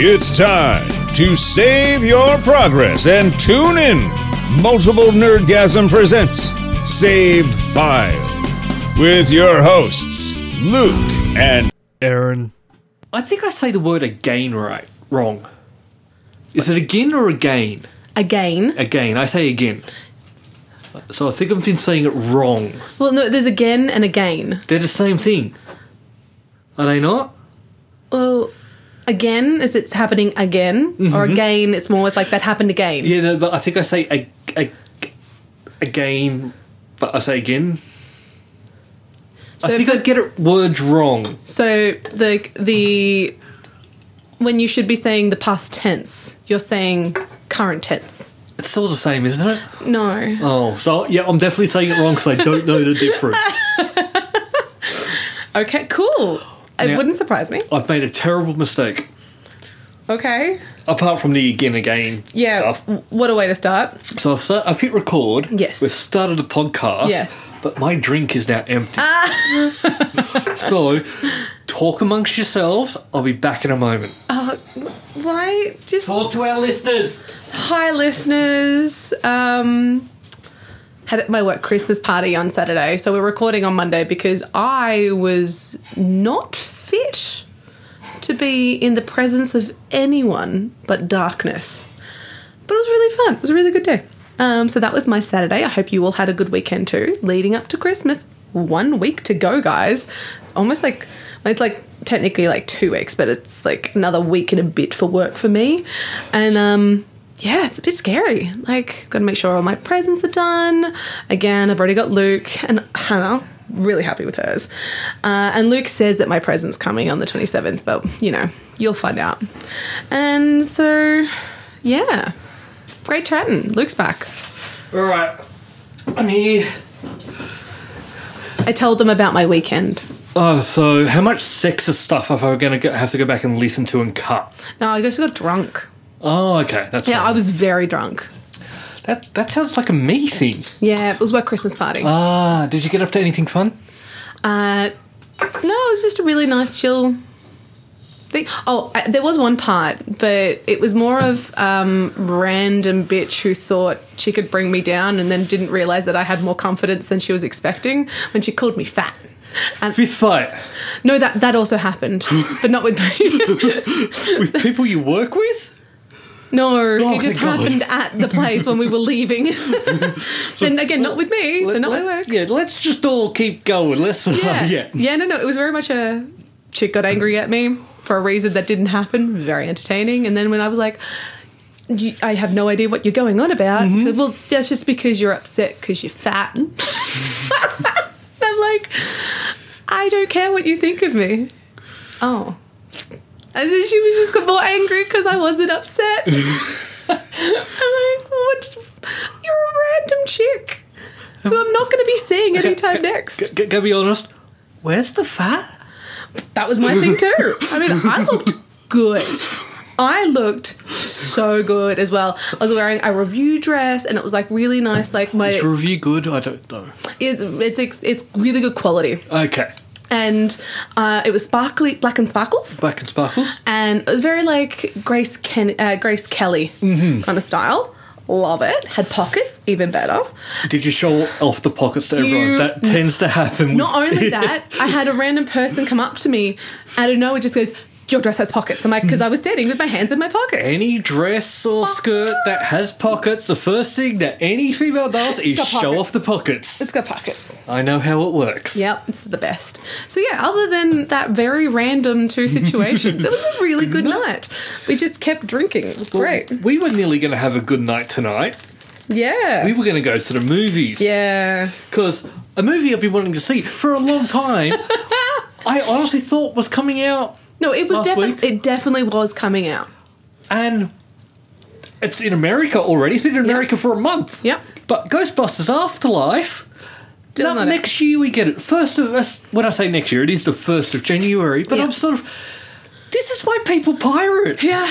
It's time to save your progress and tune in. Multiple Nerdgasm presents Save File with your hosts, Luke and Aaron. I think I say the word again right wrong. Is it again or again? Again. Again. I say again. So I think I've been saying it wrong. Well, no, there's again and again. They're the same thing. Are they not? Well, again is it's happening again, or again it's more it's like that happened again. Mm-hmm. Yeah, no, but I think I say ag- ag- again, but I say again. So I think if I it- get it words wrong. So the the when you should be saying the past tense, you're saying current tense. It's all the same, isn't it? No. Oh, so yeah, I'm definitely saying it wrong because I don't know the difference. Okay, cool. It Now- wouldn't surprise me. I've made a terrible mistake. Okay. Apart from the again, again Yeah. stuff. w- What a way to start. So I've, start, I've hit record. Yes. We've started a podcast. Yes. Ah. But my drink is now empty. so talk amongst yourselves. I'll be back in a moment. Uh, Why? Just Talk to our listeners. hi, listeners. Um, had my work Christmas party on Saturday, so we're recording on Monday because I was not fit to be in the presence of anyone but darkness. But it was really fun. It was a really good day. Um, so that was my Saturday. I hope you all had a good weekend too, leading up to Christmas. One week to go, guys. It's almost like it's like technically like two weeks, but it's like another week and a bit for work for me. And um, yeah, it's a bit scary. Like, got to make sure all my presents are done. Again, I've already got Luke and Hannah. Really happy with hers. Uh, and Luke says that my present's coming on the 27th, but you know, you'll find out. And so, yeah, great chatting. Luke's back. All right. I'm here. I told them about my weekend. Oh, so how much sexist stuff am I going to have to go back and listen to and cut? No, I just got drunk. Oh, okay. That's Yeah, fine. I was very drunk. That that sounds like a me thing. Yeah, it was my Christmas party. Ah, did you get up to anything fun? Uh, no, it was just a really nice, chill thing. Oh, I, there was one part, but it was more of um, random bitch who thought she could bring me down and then didn't realize that I had more confidence than she was expecting when she called me fat. Fist fight No, that that also happened, but not with me. with people you work with. no, Oh, it thank just God. happened at the place when we were leaving. and again, not with me, so Let- not my let- work. Yeah, let's just all keep going. Let's Yeah. yeah. Yeah, no, no. It was very much a chick got angry at me for a reason that didn't happen. Very entertaining. And then when I was like, you, I have no idea what you're going on about. she said, well, that's just because you're upset because you're fat. And I'm like, I don't care what you think of me. Oh. And then she was just got more angry because I wasn't upset. I'm like, what? You're a random chick who I'm not going to be seeing anytime next. G- go be honest. Where's the fat? That was my thing too. I mean, I looked good. I looked so good as well. I was wearing a review dress, and it was like really nice. Like my, Is review good? I don't know. it's it's it's, it's really good quality, Okay. and uh, it was sparkly, black and sparkles, Black and sparkles. and it was very like Grace Ken, uh, Grace Kelly kind of style. Love it. Had pockets, even better. Did you show off the pockets to everyone? You- That tends to happen. Not only that, I had a random person come up to me out of nowhere, just goes, "Your dress has pockets." I'm like, because I was standing with my hands in my pockets. Any dress or skirt that has pockets, the first thing that any female does is got show pockets. off the pockets. It's got pockets. I know how it works. Yep, it's the best. So yeah, other than that very random two situations, it was a really good night. We just kept drinking. It was great. We were nearly going to have a good night tonight. Yeah. We were going to go to the movies. yeah. Because a movie I've been wanting to see for a long time, I honestly thought was coming out No, it was Last week? definitely it definitely was coming out. and it's in America already. It's been in America for a month. Yep. But Ghostbusters Afterlife. Still not not next year we get it. First of us. When I say next year, it is the first of January. But Yeah. I'm sort of. This is why people pirate. Yeah.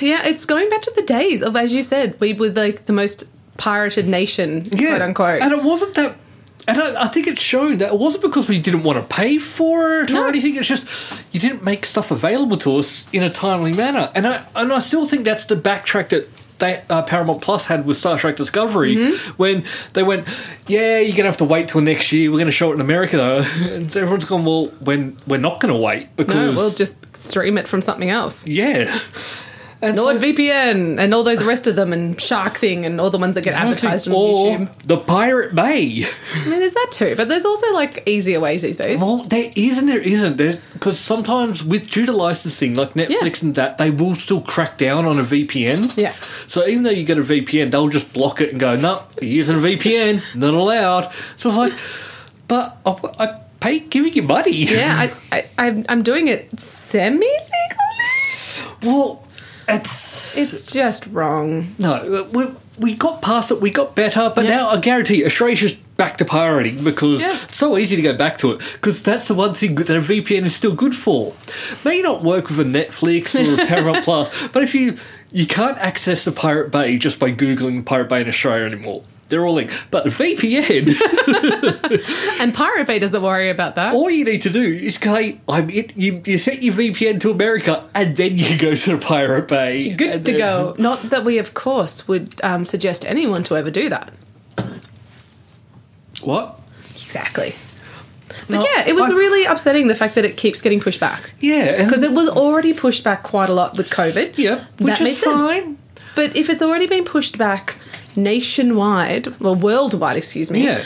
Yeah, it's going back to the days of as you said, we were like the most pirated nation, quote unquote. And it wasn't that And I, I think it's shown that it wasn't because we didn't want to pay for it No. or anything. It's just you didn't make stuff available to us in a timely manner. And I and I still think that's the backtrack that they, uh, Paramount Plus had with Star Trek Discovery Mm-hmm. when they went, yeah, you're gonna have to wait till next year. We're gonna show it in America though, and so everyone's gone. Well, when we're not gonna wait No, because we'll just stream it from something else. yeah. And so- NordVPN and all those rest of them and Shark Thing and all the ones that get advertised on or YouTube. the Pirate Bay. I mean, there's that too, but there's also like easier ways these days. Well, there is and there isn't. There's because sometimes with due to licensing, like Netflix Yeah. and that, they will still crack down on a VPN. Yeah. So even though you get a VPN, they'll just block it and go, no, you're using a VPN, not allowed. So it's like, but I, I pay giving you money. Yeah, I, I, I'm, I'm doing it semi legally. Well, it's It's just wrong. no. uh, We, we got past it. We got better, but Yeah. now I guarantee you, Australia's back to pirating because Yeah. it's so easy to go back to it. Because that's the one thing that a VPN is still good for. May not work with a Netflix or a Paramount Plus, but if you you can't access the Pirate Bay just by googling Pirate Bay in Australia anymore. They're all linked, but the VPN. And Pirate Bay doesn't worry about that. all you need to do is say, "I'm in." You, you set your VPN to America, and then you go to the Pirate Bay. Good and to then- go. Not that we, of course, would um, suggest anyone to ever do that. What? Exactly. But No, yeah, it was I- really upsetting the fact that it keeps getting pushed back. Yeah, and- Because it was already pushed back quite a lot with COVID. Yeah, which That is made sense. fine. But if it's already been pushed back nationwide, well, worldwide, excuse me, Yeah,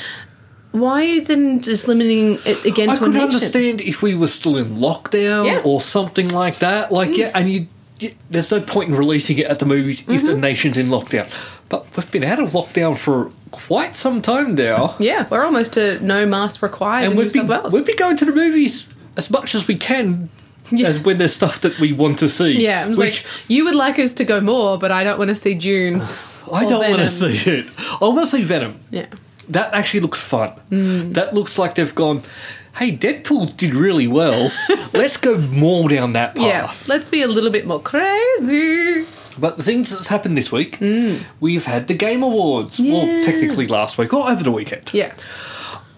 why are you then just limiting it I against one could nation? understand if we were still in lockdown Yeah. Mm. or something like that. Like, yeah, and you, you, there's no point in releasing it at the movies Mm-hmm. if the nation's in lockdown. But we've been out of lockdown for quite some time now, Yeah, we're almost to no mask required and in New we've been South Wales. we've been going to the movies as much as we can. Yeah. As when there's stuff that we want to see, yeah, I was which like, you would like us to go more, but I don't want to see June. I or don't want to "Oh, Venom. see it. I want to see Venom. Yeah. That actually looks fun. Mm. That looks like they've gone, hey, Deadpool did really well. Let's go more down that Yeah, path. let's be a little bit more crazy. But the things that's happened this week, we've had the Game Awards. Well, Yeah. technically last week or over the weekend. Yeah.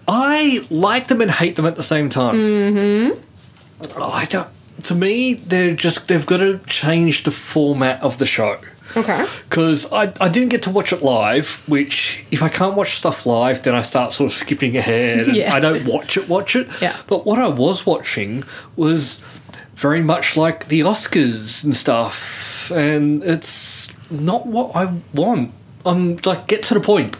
I like them and hate them at the same time. Mm-hmm. Oh, I don't. To me, they're just they've got to change the format of the show. Okay. Because I, I didn't get to watch it live, which if I can't watch stuff live, then I start sort of skipping ahead. And Yeah. I don't watch it, watch it. Yeah. But what I was watching was very much like the Oscars and stuff, and it's not what I want. I'm like, get to the point.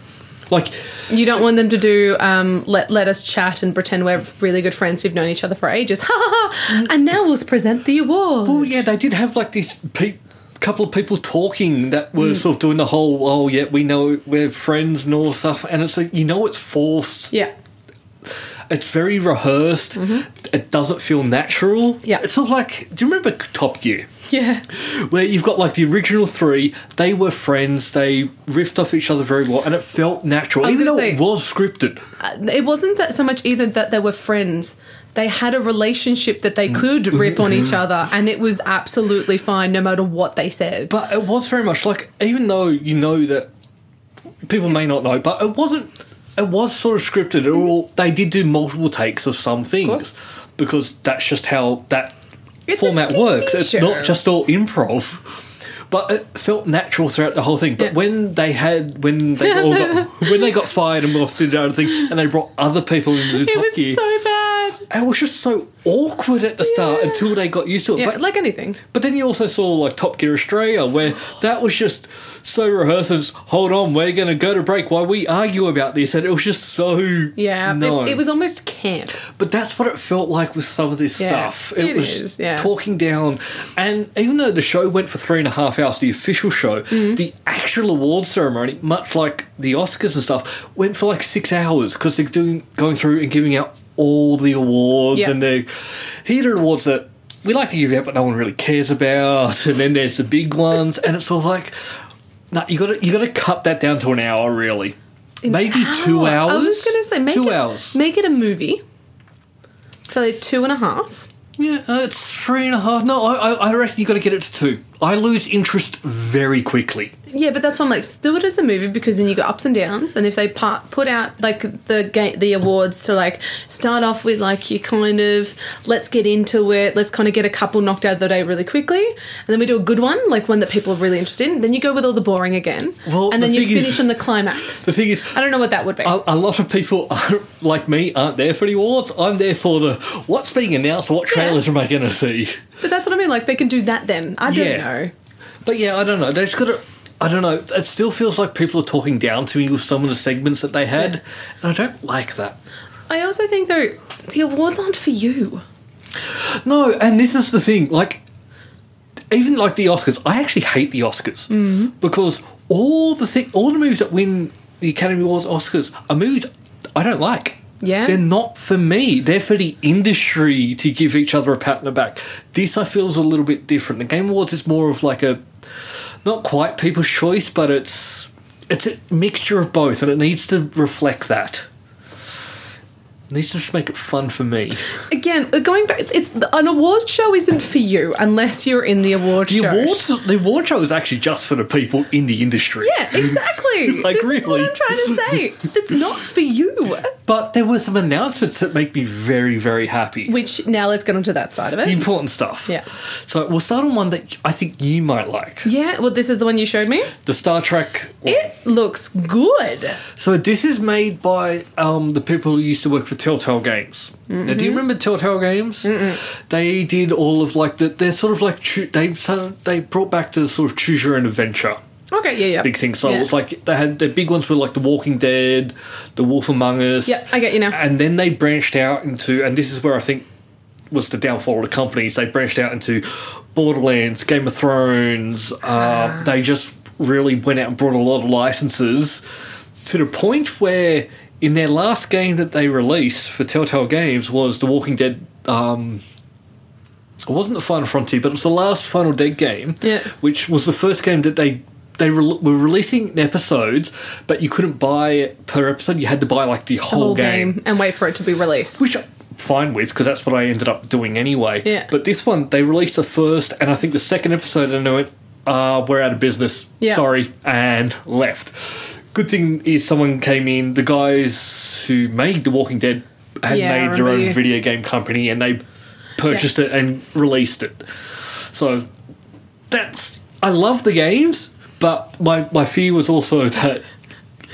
Like, You don't want them to do um, let let us chat and pretend we're really good friends who've known each other for ages. Ha ha ha! Mm. And now we'll present the award. oh yeah, they did have like these pe- couple of people talking that Mm. were sort of doing the whole, oh yeah, we know we're friends and all this stuff, and it's like you know it's forced. Yeah. It's very rehearsed. It doesn't feel natural. Mm-hmm. Yeah. It's sort of like, do you remember Top Gear? Yeah. Where you've got like the original three, they were friends, they riffed off each other very well, and it felt natural, I was even though gonna it say- was scripted. It wasn't that so much either that they were friends. They had a relationship that Mm. they could rip on each other, and it was absolutely fine no matter what they said. But it was very much like, even though you know that people may not know, but it wasn't. It was sort of scripted. It all they did do multiple takes of some things course. because that's just how that It's a format TV works. It's not show. just all improv. But it felt natural throughout the whole thing. But Yeah. when they had when they all got when they got fired and off to do their own thing, and they brought other people into the it top was gear, so bad. it was just so awkward at the start Yeah. until they got used to it. Yeah, But like anything. but then you also saw like Top Gear Australia, where that was just so rehearsed. and just, Hold on, we're going to go to break while we argue about this, and it was just so Yeah. it- No, It, was almost camp. But that's what it felt like with some of this Yeah, stuff. It, it was is, yeah. talking down, and even though the show went for three and a half hours, the official show, Mm-hmm. the actual award ceremony, much like the Oscars and stuff, went for like six hours because they're doing going through and giving out all the awards Yeah. and the here are the awards that we like to give out, but no one really cares about, and then there's the big ones, and it's sort of like. No, you gotta you gotta cut that down to an hour really. maybe two Hour. hours. I was going to say, make, two it, hours. make it a movie. So they're two and a half. Yeah, uh, it's three and a half. No, I, I, I reckon you got to get it to two. I lose interest very quickly. Yeah, but that's why I'm like, do it as a movie because then you got ups and downs. And if they part, put out like the ga- the awards to like start off with like you kind of let's get into it, let's kind of get a couple knocked out of the day really quickly, and then we do a good one, like one that people are really interested in. Then you go with all the boring again, Well, and then the you thing is- Oh. finish on the climax. The thing is, I don't know what that would be. a, a lot of people are, like me aren't there for the awards. I'm there for the what's being announced, what trailers am I going to see? but that's what I mean. Like they can do that then. I don't Yeah. know. But yeah, I don't know. They just got to. I don't know. It still feels like people are talking down to me with some of the segments that they had, and I don't like that. I also think though the awards aren't for you. No, and this is the thing. Like, even like the Oscars, I actually hate the Oscars because all the thing, all the movies that win the Academy Awards, Oscars, are movies I don't like. Yeah. they're not for me. They're for the industry to give each other a pat on the back. This I feel is a little bit different. The Game Awards is more of like a not quite people's choice, but it's it's a mixture of both, and it needs to reflect that. It needs to just make it fun for me. Again, uh, going back, it's an award show isn't for you unless you're in the award The show. awards, the award show is actually just for the people in the industry. Yeah, exactly. Like, this is what really? I'm trying to say. It's not for you. But there were some announcements that make me very, very happy. Which now let's get onto that side of The it. important stuff. Yeah. So we'll start on one that I think you might like. Yeah, well, this is the one you showed me. The Star Trek. one. It looks good. So this is made by um, the people who used to work for Telltale Games. Now, do you Mm-hmm. remember Telltale Games? They did all of like the. They're sort of like choo- they started, they brought back the sort of choose your own adventure. Okay, yeah, yeah. big thing. So yeah. it was like they had their big ones were like The Walking Dead, The Wolf Among Us. Yeah, I get you now. And then they branched out into, and this is where I think was the downfall of the companies. They branched out into Borderlands, Game of Thrones. Uh, Ah. They just really went out and brought a lot of licenses to the point where in their last game that they released for Telltale Games was The Walking Dead. Um, it wasn't the Final Frontier, but it was the last Final Dead game, Yeah. which was the first game that they they re- were releasing in episodes, but you couldn't buy it per episode. You had to buy like the The whole, whole game game. and wait for it to be released. which I'm fine with because that's what I ended up doing anyway. Yeah. But this one, they released the first and I think the second episode, and they went, uh, "We're out of business. Yeah. Sorry," and left. Good thing is someone came in. The guys who made The Walking Dead had Yeah, I made their remember own you- video game company, and they purchased it and released it. So that's I love the games, but my my fear was also that.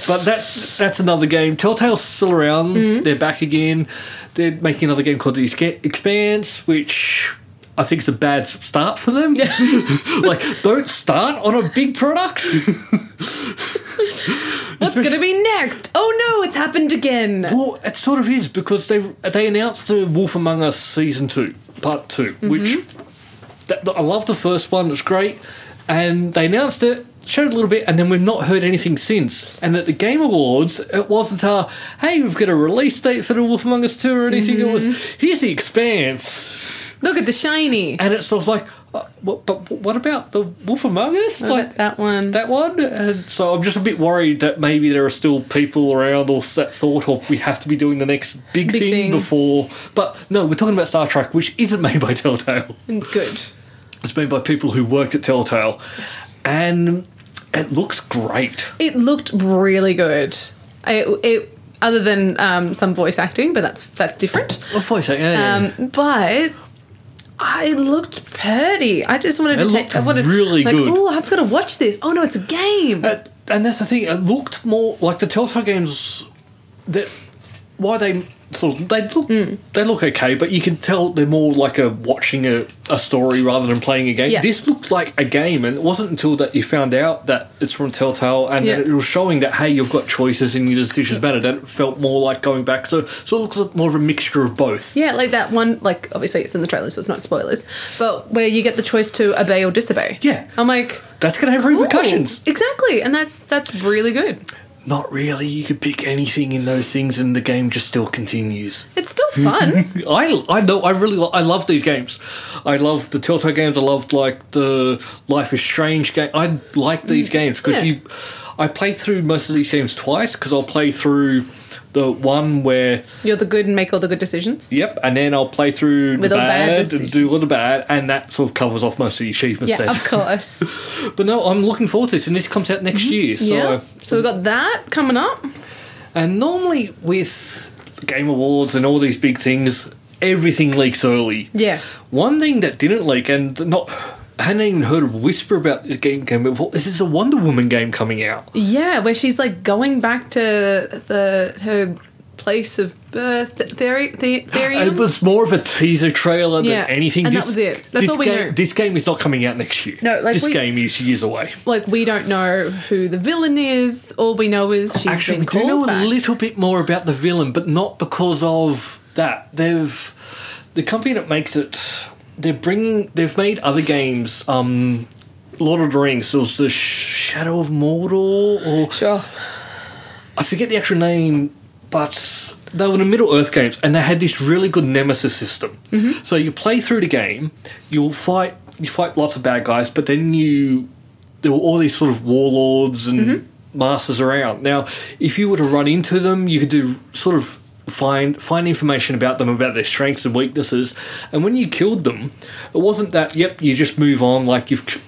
But that that's another game. Telltale's still around. Mm-hmm. They're back again. They're making another game called The Esca- Expanse, which I think is a bad s- start for them. like, don't start on a big product. What's going to be next? Oh no, it's happened again. Well, it sort of is because they they announced the Wolf Among Us season two, part 2 which that, I love the first one. It's great, and they announced it, showed a little bit, and then we've not heard anything since. And at the Game Awards, it wasn't a hey, we've got a release date for the Wolf Among Us two or anything. It was here's the Expanse, Look at the shiny. and it's sort of like, uh, what, but what about the Wolf Among Us? Look Like at that one. that one. And so I'm just a bit worried that maybe there are still people around or that thought of we have to be doing the next big, Big thing, thing. before. But no, we're talking about Star Trek, which isn't made by Telltale. good. It's made by people who worked at Telltale, and it looks great. It looked really good. It, it other than um, some voice acting, but that's that's different. What voice eh? acting? Yeah. Um, but I looked pretty. I just wanted It to looked take. I wanted really like, good. Oh, I've got to watch this. Oh no, it's a game. Uh, and that's the thing. It looked more like the Telltale games. That why they sort of they look Hmm. they look okay, but you can tell they're more like a watching a, a story rather than playing a game. Yeah. This looked like a game, and it wasn't until that you found out that it's from Telltale and Yeah. that it was showing that hey, you've got choices and your decisions matter. That it felt more like going back. So so it looks like more of a mixture of both. yeah, like that one. Like obviously, it's in the trailer, so it's not spoilers. But where you get the choice to obey or disobey. Yeah. I'm like That's gonna have ooh, repercussions. exactly, and that's that's really good. Not really. You could pick anything in those things, and the game just still continues. It's still fun. I I know I really lo- I love these games. I love the Telltale games. I loved like the Life is Strange game. I like these games because Mm, yeah. you. I play through most of these games twice because I'll play through the one where You're the good and make all the good decisions. Yep, and then I'll play through With the all bad bad, and do decisions. all the bad, and that sort of covers off most of the achievements Yeah, then. of course. But no, I'm looking forward to this, and this comes out next year. So, Mm-hmm. yeah. So we've got that coming up. and normally with Game Awards and all these big things, everything leaks early. Yeah. One thing that didn't leak, and not I hadn't even heard a whisper about this game came before, is this a Wonder Woman game coming out? Yeah, where she's like going back to the her place of birth theory. The, theory. It was more of a teaser trailer Yeah, than anything. and that was it. That's this all we game, knew. This game is not coming out next year. No, like this we- game is years away. like we don't know who the villain is. All we know is she's Actually, we do been called know back. a little bit more about the villain, but not because of that. They've the company that makes it. They're bringing. They've made other games. Um, Lord of the Rings. There was the Sh- Shadow of Mordor, or sure. I forget the actual name, but they were the Middle Earth games, and they had this really good nemesis system. So you play through the game, you'll fight, you fight lots of bad guys, but then you there were all these sort of warlords and masters around. Now, if you were to run into them, you could do sort of find find information about them about their strengths and weaknesses. And when you killed them, it wasn't that yep, you just move on like you've k-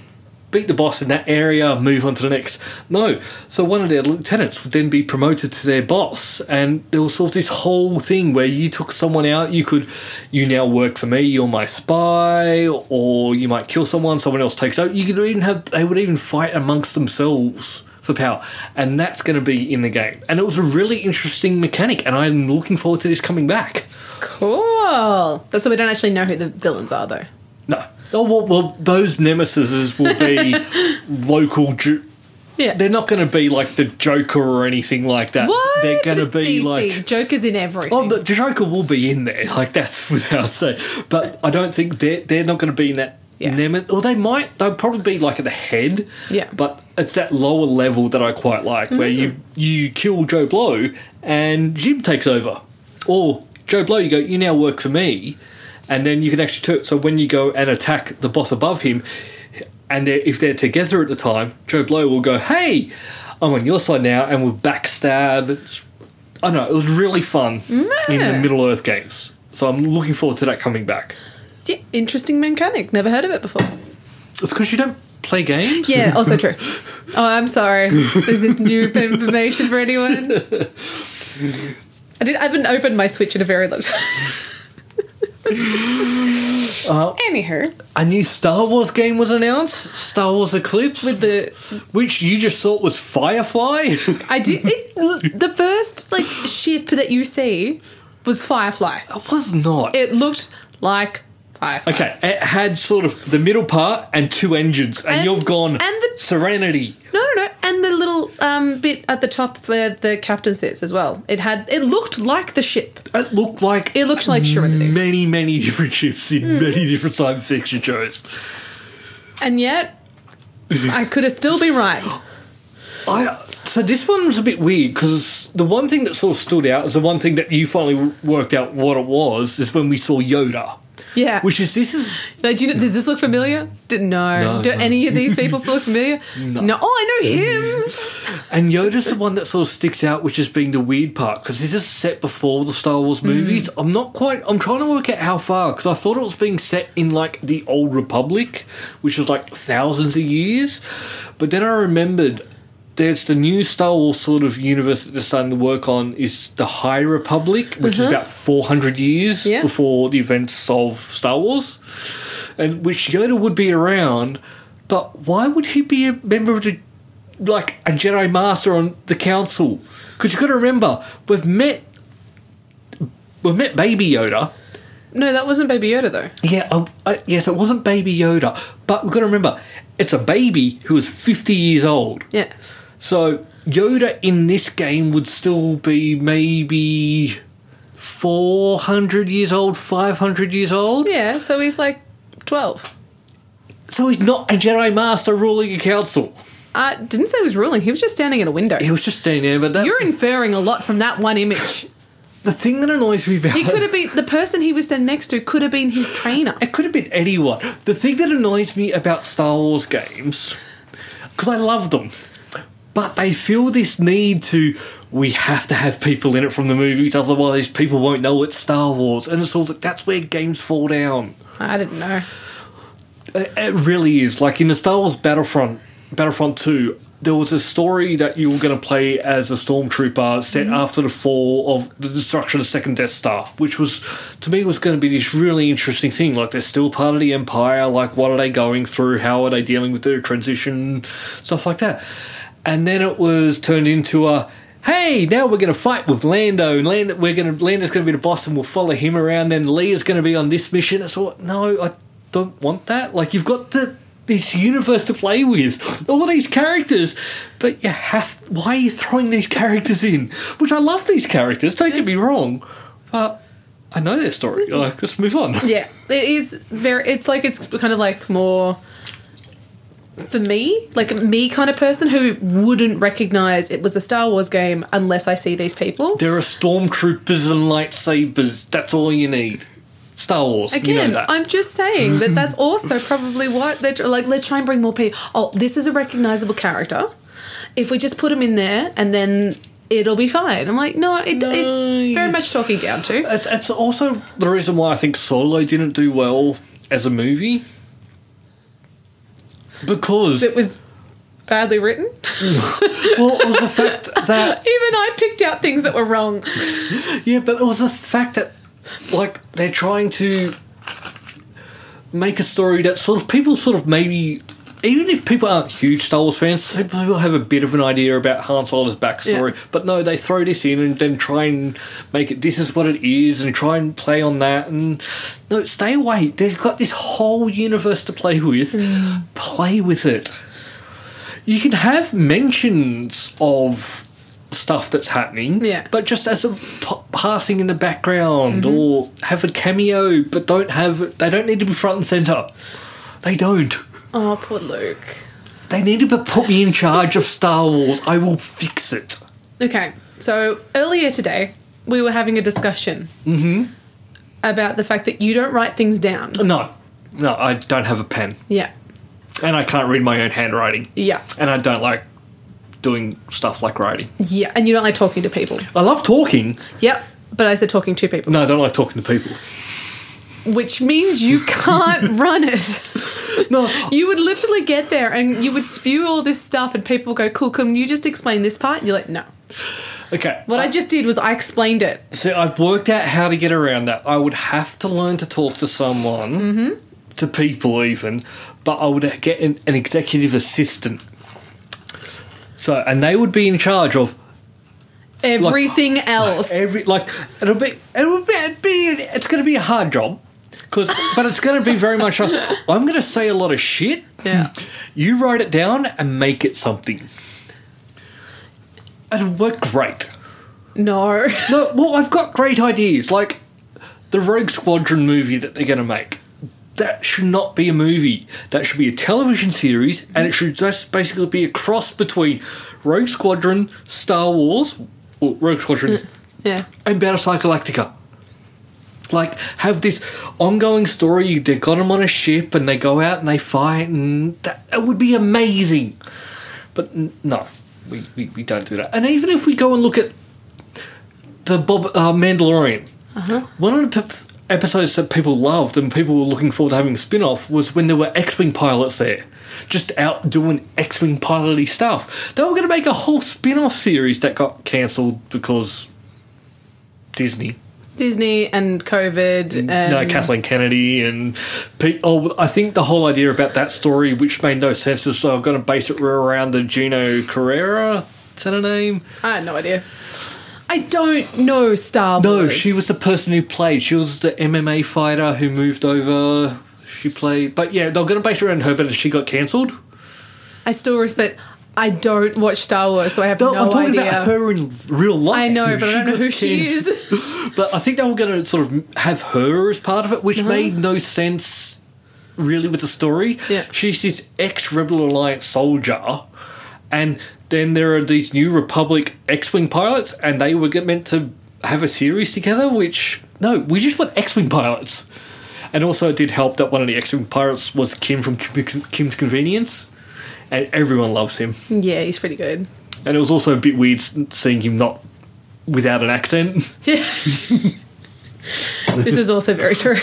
beat the boss in that area, move on to the next. No. So one of their lieutenants would then be promoted to their boss and there was sort of this whole thing where you took someone out, you could you now work for me, you're my spy, or you might kill someone, someone else takes over. You could even have they would even fight amongst themselves for power. And that's gonna be in the game. And it was a really interesting mechanic and I'm looking forward to this coming back. Cool. But so we don't actually know who the villains are though. No. Oh, well, well those nemesis will be local ju- Yeah. They're not going to be like the Joker or anything like that. what? They're going to But it's be DC. like. Joker's in everything. Oh, the Joker will be in there. Like that's without say. But I don't think they're they're not going to be in that. Yeah. Nemesis. Or they might. They'll probably be like at the head. Yeah. But it's that lower level that I quite like, where you Mm-hmm. you kill Joe Blow and Jim takes over, or Joe Blow. You go. You now work for me, and then you can actually turn. So when you go and attack the boss above him, and they're, if they're together at the time, Joe Blow will go, "Hey, I'm on your side now," and will backstab. I know it was really fun in the Yeah. Middle Earth games, so I'm looking forward to that coming back. yeah, interesting mechanic. Never heard of it before. It's because you don't play games. Yeah, also true. Oh, I'm sorry. Is this new information for anyone? I, did, I haven't opened my Switch in a very long time. Uh, Anywho, A new Star Wars game was announced, Star Wars Eclipse, with the which you just thought was Firefly. I did it, the first like ship that you see was Firefly. it was not. It looked like Firefly. okay, it had sort of the middle part and two engines, and, And- you've gone and the- Serenity. No, no, no. And the little um, bit at the top where the captain sits as well. It had. It looked like the ship. It looked like It looked like Serenity. many, many different ships in Hmm. many different science fiction shows. And yet, I could have still been right. I so this one was a bit weird because the one thing that sort of stood out is the one thing that you finally worked out what it was is when we saw Yoda, Yeah. which is this is Like, do you know, does this look familiar? D- no. No, do no. any of these people look familiar? No. Oh, I know him. and Yoda's the one that sort of sticks out, which is being the weird part because this is set before the Star Wars movies. I'm not quite. I'm trying to work out how far because I thought it was being set in like the Old Republic, which was like thousands of years, but then I remembered. There's the new Star Wars sort of universe that they're starting to work on is the High Republic, which is about 400 years Yeah. before the events of Star Wars, and which Yoda would be around, but why would he be a member of the like a Jedi Master on the council. Because you've got to remember, we've met we've met Baby Yoda. No, that wasn't Baby Yoda though. Yeah, I, I, yes, it wasn't Baby Yoda, but we've got to remember, it's a baby who is fifty years old. Yeah. So Yoda in this game would still be maybe four hundred years old, five hundred years old. Yeah. So he's like twelve. So he's not a Jedi Master ruling a council. I didn't say he was ruling. He was just standing at a window. He was just standing there, but that's You're inferring a lot from that one image. the thing that annoys me about He could have been the person he was standing next to. Could have been his trainer. It could have been anyone. The thing that annoys me about Star Wars games, because I love them, but they feel this need to we have to have people in it from the movies, otherwise people won't know it's Star Wars, and it's all that that's where games fall down. I didn't know. It it really is. Like in the Star Wars Battlefront, Battlefront 2, there was a story that you were going to play as a stormtrooper set after the fall of the destruction of the second Death Star, which was, to me, was going to be this really interesting thing. Like they're still part of the Empire. Like what are they going through? How are they dealing with their transition? Stuff like that. And then it was turned into a. Hey, now we're going to fight with Lando, and Lando, we're going to Lando's going to be the boss, and we'll follow him around. Then Leia's going to be on this mission. It's all no, I don't want that. Like you've got the this universe to play with, all these characters, but you have. Why are you throwing these characters in? Which I love these characters. Don't get me wrong, but I know their story. Like, let's move on. Yeah, it is very. It's like it's kind of like more for me, like me kind of person who wouldn't recognize it was a Star Wars game unless I see these people. There are stormtroopers and lightsabers. That's all you need. Star Wars. you know Again, that. I'm just saying that that's also probably what they're tr- like. Let's try and bring more people. Oh, this is a recognizable character. If we just put him in there, and then it'll be fine. I'm like, no, it, it's very much talking down to. It's, it's also the reason why I think Solo didn't do well as a movie. Because, It was badly written. well, it was the fact that, Even I picked out things that were wrong. yeah, but it was the fact that, like, they're trying to make a story that sort of people sort of maybe, even if people aren't huge Star Wars fans, some people have a bit of an idea about Han Solo's backstory. Yeah. But no, they throw this in and then try and make it this is what it is and try and play on that. And no, stay away. They've got this whole universe to play with. Play with it. You can have mentions of stuff that's happening Yeah. Mm-hmm. but just as a p- passing in the background or have a cameo but don't have they don't need to be front and center they don't Oh, poor Luke. they need to be- put me in charge of star wars i will fix it Okay, so earlier today we were having a discussion Mm-hmm. about the fact that you don't write things down. no no i don't have a pen Yeah, and i can't read my own handwriting yeah, and i don't like doing stuff like writing yeah, and you don't like talking to people. i love talking Yep, but I said talking to people, no i don't like talking to people which means you can't run it. no You would literally get there and you would spew all this stuff, and people go, "Cool, can you just explain this part?" And you're like, "No." okay Uh, What I just did was I explained it. See, I've worked out how to get around that. I would have to learn to talk to someone, to people even, but I would get an, an executive assistant. So, and they would be in charge of Everything else. every like it'll be it'll be, it'd be it's going to be a hard job, 'cause- but it's going to be very much. A, I'm going to say a lot of shit. yeah. You write it down and make it something. It'll work great. No. No, well, I've got great ideas. Like the Rogue Squadron movie that they're going to make. That should not be a movie. That should be a television series, and it should just basically be a cross between Rogue Squadron, Star Wars, well, Rogue Squadron, yeah. and Battlestar Galactica. Like, have this ongoing story. They got them on a ship, and they go out and they fight, and that it would be amazing. But n- no, we, we, we don't do that. And even if we go and look at the Bob uh, Mandalorian, one of the p- episodes that people loved and people were looking forward to having a spin off was when there were X Wing pilots there, just out doing X Wing piloty stuff. They were going to make a whole spin off series that got cancelled because Disney. Disney and COVID and no, Kathleen Kennedy and pe- oh, I think the whole idea about that story, which made no sense, was so I'm going to base it around the Gino Carrera. Is that her name? I had no idea. I don't know Star Wars. No, she was the person who played. She was the MMA fighter who moved over. She played, but yeah, they're going to base it around her, but she got cancelled. I still respect. I don't watch Star Wars, so I have No, no, I'm talking idea. about her in real life. I know, but I don't know got who she cancelled. is. But I think they were going to sort of have her as part of it, which made no sense really with the story. Yeah. She's this ex Rebel Alliance soldier, and then there are these new Republic X Wing pilots, and they were get- meant to have a series together, which, no, we just want X Wing pilots. And also, it did help that one of the X Wing pilots was Kim from Kim- Kim's Convenience, and everyone loves him. yeah, he's pretty good. And it was also a bit weird s- seeing him not without an accent. This is also very true.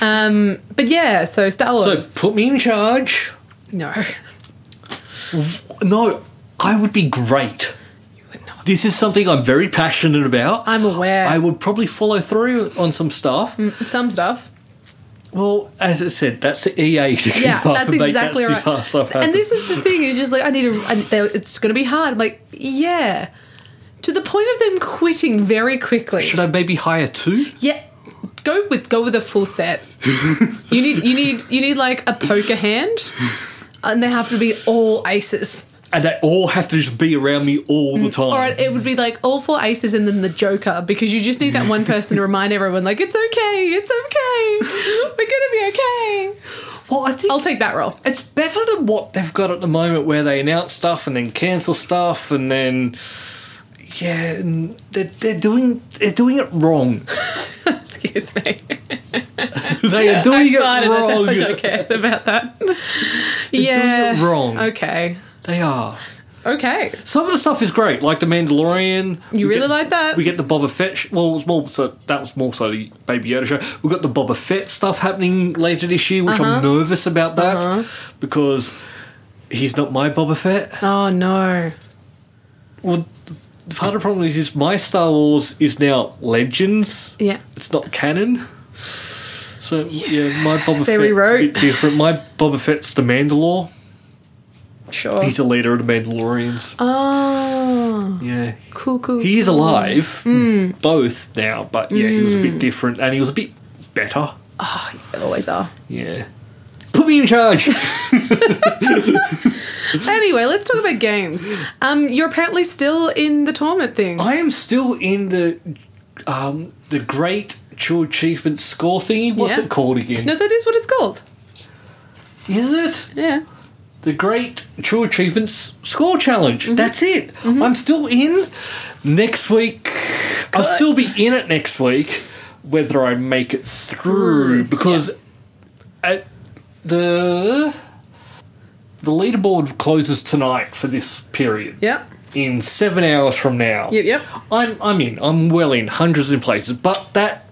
um, but yeah, so Star So Wars. put me in charge. no, No, I would be great. would not. This is something I'm very passionate about. I'm aware. I would probably follow through on some stuff. some stuff. Well, as I said, that's the E EA to keep Yeah, up that's and make exactly that stuff- right. stuff happen. And this is the thing. It's just like I need to. I, they- it's going to be hard. I'm like yeah, to the point of them quitting very quickly. Should I maybe hire two? Yeah, go with go with a full set. you need you need you need like a poker hand, and they have to be all aces. And they all have to just be around me all the time. Or Mm. it would be like all four aces and then the joker because you just need that one person to remind everyone like it's okay, it's okay, we're gonna be okay. Well, I think I'll take that role. it's better than what they've got at the moment where they announce stuff and then cancel stuff and then yeah and they're, they're doing they're doing it wrong Excuse me. they are doing it Fine, I wrong don't think I cared about that. yeah. it wrong. Okay. they are Okay. some of the stuff is great like the mandalorian You We really get- like that? we get the Boba Fett. Sh- well, it was more so that was more so the Baby Yoda show. We got the Boba Fett stuff happening later this year, which Uh-huh. I'm nervous about that because he's not my Boba Fett. oh no. Well, part of the problem is, is my Star Wars is now Legends. Yeah. It's not canon. So yeah, my Boba They Fett's rewrote. a bit different. My Boba Fett's the Mandalore. Sure. He's a leader of the Mandalorians. oh. Yeah. Cool, cool. He is cool. alive, Mm. both now, but yeah, he was a bit different and he was a bit better. They always are. Yeah. Put me in charge. Anyway, let's talk about games. Um, you're apparently still in the tournament thing. I am still in the um the great true achievement score thingy. What's Yeah. it called again? No, that is what it's called. Is it? Yeah. the Great True Achievements Score Challenge. Mm-hmm. That's it. I'm still in. Next week, I'll still be in it next week, whether I make it through because at the the leaderboard closes tonight for this period. Yep. In seven hours from now. Yep. Yep. I'm I'm in. I'm well in. Hundreds in places, but that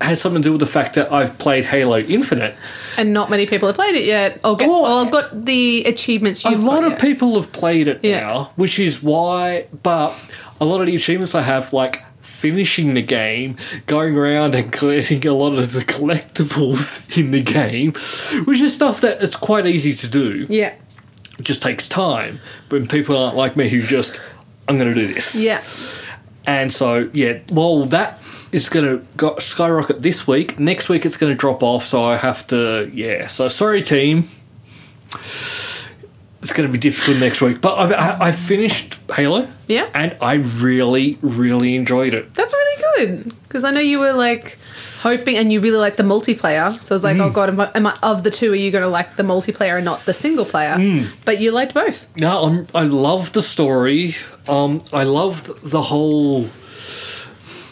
has something to do with the fact that I've played Halo Infinite. And not many people have played it yet. Or get, Oh, or got the achievements. a You've lot got of yet. people have played it Yeah. now, which is why. But a lot of the achievements I have, like finishing the game, going around and collecting a lot of the collectibles in the game, which is stuff that it's quite easy to do. Yeah. It just takes time. When people aren't like me, who just I'm going to do this. Yeah. And so, yeah, well, that is going to go- skyrocket this week. Next week, it's going to drop off. So I have to, yeah. So sorry, team. It's going to be difficult next week. But I've, I, I finished Halo. Yeah. And I really, really enjoyed it. That's really good because I know you were like hoping, and you really like the multiplayer. So I was like, Mm-hmm. oh god, am I, am I of the two? Are you going to like the multiplayer and not the single player? Mm. But you liked both. No, I'm, um, I loved the story. Um, I loved the whole.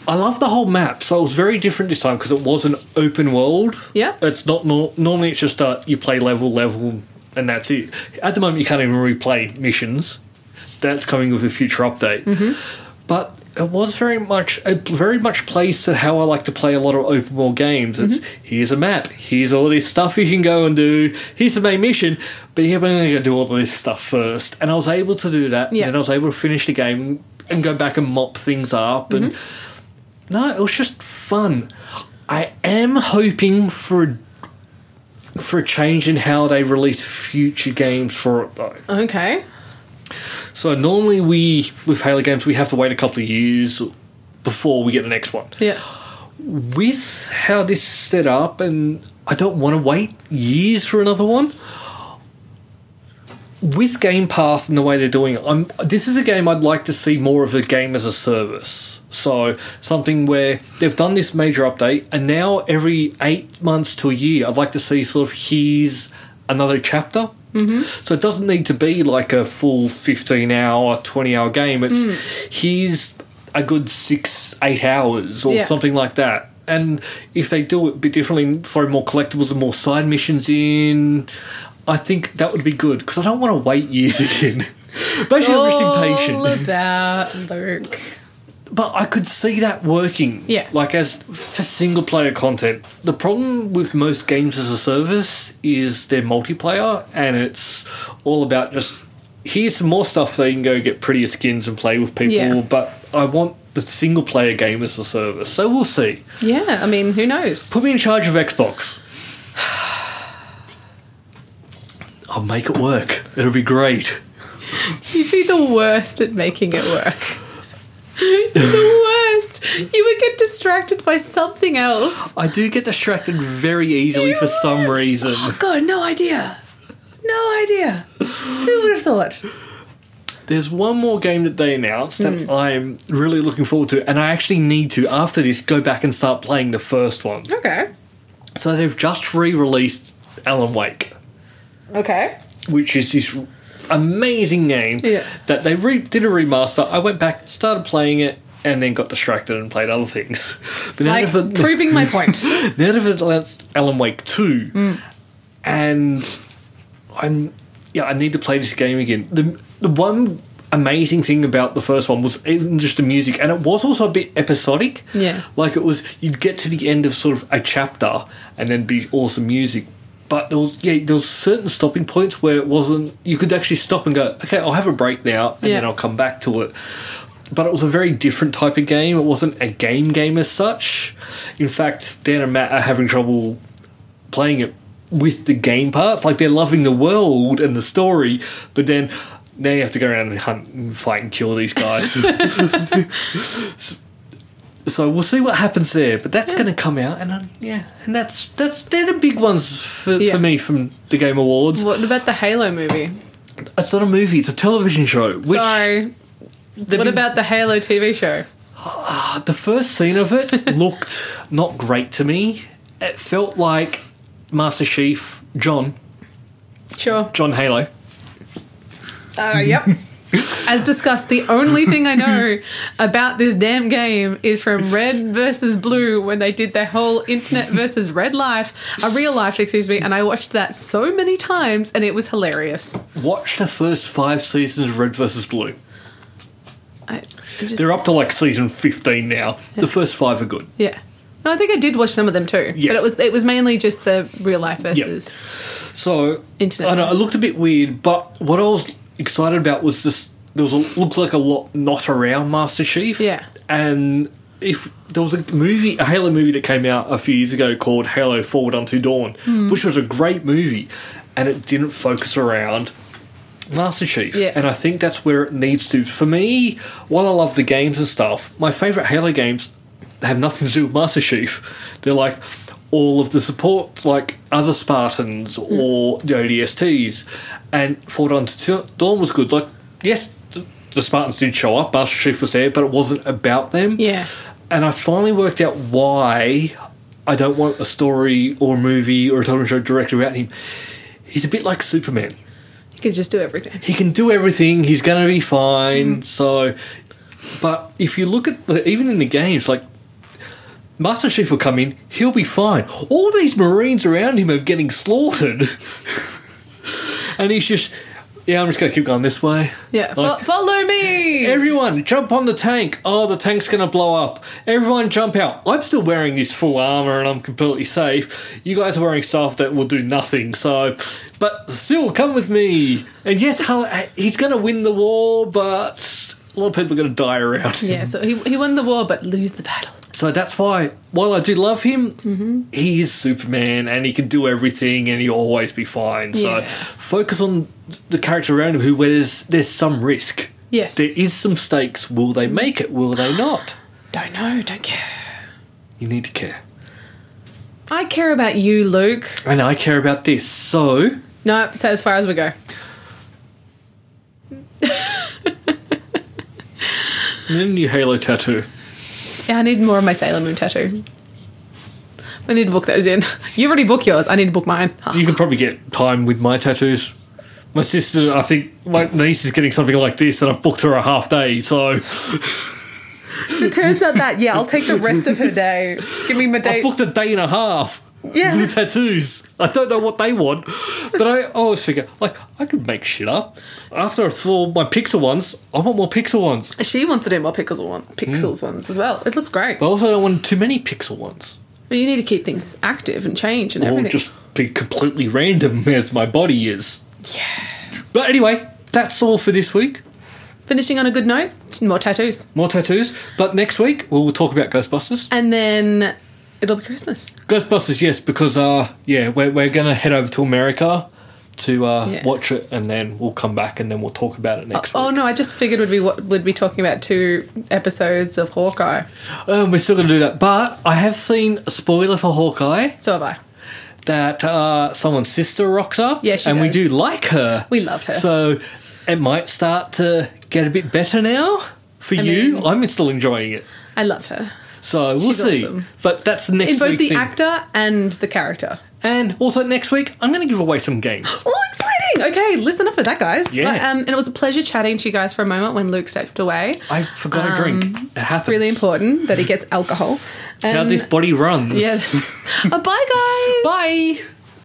I love the whole map. So it was very different this time because it was an open world. Yeah. It's not nor- normally it's just uh, you play level level and that's it. At the moment you can't even replay missions. That's coming with a future update. But it was very much it very much plays to how I like to play a lot of open world games. It's here's a map, here's all this stuff you can go and do, here's the main mission, but yeah, we're gonna go do all this stuff first. And I was able to do that, Yeah. and then I was able to finish the game and go back and mop things up and no, it was just fun. I am hoping for for a change in how they release future games for it though. Okay. So normally we with Halo games we have to wait a couple of years before we get the next one. Yeah. With how this is set up and I don't want to wait years for another one. With Game Pass and the way they're doing it, I'm, this is a game I'd like to see more of a game as a service. So something where they've done this major update, and now every eight months to a year, I'd like to see sort of here's another chapter. Mm-hmm. So it doesn't need to be like a full fifteen hour, twenty hour game. It's here's a good six, eight hours or Yeah. something like that. And if they do it a bit differently, throw more collectibles and more side missions in, I think that would be good because I don't want to wait years again. Basically, Oh. I'm just impatient. All about Luke. But I could see that working. Yeah. Like as for single player content, the problem with most games as a service is their multiplayer, and it's all about just here's some more stuff so you can go get prettier skins and play with people. Yeah. But I want the single player game as a service, so we'll see. Yeah, I mean, who knows? Put me in charge of Xbox. I'll make it work. It'll be great. You'd be the worst at making it work. You're the worst. You would get distracted by something else. I do get distracted very easily You for some would. reason. Oh God, no idea. No idea. Who would have thought? There's one more game that they announced that Hmm. I'm really looking forward to, and I actually need to, after this, go back and start playing the first one. Okay. So they've just re released Alan Wake, Okay. which is this amazing game Yeah. that they re- did a remaster. I went back, started playing it, and then got distracted and played other things. But now Like they've- proving my point. Then if it's announced Alan Wake 2, and I'm yeah, I need to play this game again. The the one amazing thing about the first one was even just the music, and it was also a bit episodic. Yeah. like it was you'd get to the end of sort of a chapter, and then be awesome music. But there was yeah, there was certain stopping points where it wasn't. You could actually stop and go, okay, I'll have a break now, and then Yeah. I'll come back to it but it was a very different type of game. It wasn't a game game as such. In fact, Dan and Matt are having trouble playing it with the game parts. Like they're loving the world and the story, but then now you have to go around and hunt and fight and kill these guys. so we'll see what happens there. But that's going to come out, and i yeah, and that's that's they're the big ones for, Yeah. for me from the Game Awards. What about the Halo movie? It's not a movie; it's a television show. Which Sorry. they've what been- about the Halo TV show? uh, The first scene of it looked not great to me. It felt like Master Chief John, Sure. John Halo. Uh, yep. As discussed, the only thing I know about this damn game is from Red versus Blue when they did their whole internet versus red life, a real life, excuse me, and I watched that so many times and it was hilarious. Watch the first five seasons of Red vs. Blue. I, I just, They're up to like season 15 now. The first five are good. yeah. No, I think I did watch some of them too, Yeah. but it was it was mainly just the real life versus. So, Internet. I know, it looked a bit weird, but what I was excited about was this. There was a, looked like a lot not around Master Chief. Yeah. And if there was a movie, a Halo movie that came out a few years ago called Halo Forward Unto Dawn, Hmm. which was a great movie, and it didn't focus around Master Chief. Yeah. And I think that's where it needs to. For me, while I love the games and stuff, my favourite Halo games have nothing to do with Master Chief. They're like all of the support, like other Spartans or the ODSTs. And Ford on to Dawn was good. Like, yes, th- the Spartans did show up, Master Chief was there, but it wasn't about them. Yeah. And I finally worked out why I don't want a story or a movie or a television show directly about him. He's a bit like Superman You could just do everything. he can do everything. He's going to be fine. So, but if you look at the, even in the games, like Master Chief will come in, he'll be fine. All these Marines around him are getting slaughtered, and he's just, yeah, I'm just going to keep going this way. Yeah. Like- Fo- follow me. Everyone, jump on the tank. Oh, the tank's going to blow up. Everyone, jump out. I'm still wearing this full armor and I'm completely safe. You guys are wearing stuff that will do nothing, so. But still, come with me. And yes, Hal- he's going to win the war, but a lot of people are going to die around him. yeah, so he, he won the war but lose the battle. So that's why, while I do love him, he is Superman and he can do everything and he'll always be fine. Yeah. So focus on the character around him who wears, there's some risk. Yes. There is some stakes. Will they make it? Will they not? Don't know, don't care. You need to care. I care about you, Luke. And I care about this. So, No, so as far as we go. and then new Halo tattoo. Yeah, I need more of my Sailor Moon tattoo. We need to book those in. You already booked yours. I need to book mine. You can probably get time with my tattoos. My sister, I think my niece is getting something like this, and I've booked her a half day. So It turns out that yeah, I'll take the rest of her day. Give me my I day. booked a day and a half. Yeah. blue tattoos. I don't know what they want, but I always figure like I could make shit up. After I saw my pixel ones, I want more pixel ones. She wants to do more pickles one, pixels ones as well. It looks great. But I also don't want too many pixel ones. But you need to keep things active and change and Or everything. just be completely random as my body is. Yeah. But anyway, that's all for this week. Finishing on a good note, more tattoos. More tattoos. But next week we'll talk about Ghostbusters. And then it'll be Christmas. Ghostbusters, yes, because uh, yeah, we're we're gonna head over to America to uh, Yeah. watch it, and then we'll come back, and then we'll talk about it next Oh week. no, I just figured we'd be what would be talking about two episodes of Hawkeye. Um, we're still gonna do that, but I have seen a spoiler for Hawkeye So have I. that uh, someone's sister rocks up, Yeah, she and we does. do like her. We love her. so it might start to get a bit better now for you. mean- I'm still enjoying it, I love her so we'll She's see. awesome. But that's the next in both week the thing. actor and the character. and also next week, I'm gonna give away some games. Oh, exciting! Okay, listen up for that, guys. Yeah. But, um, and it was a pleasure chatting to you guys for a moment when Luke stepped away. I forgot a drink. It happens. Um, Really important that he gets alcohol. It's how Um, this body runs. Yeah. oh, bye, guys. Bye.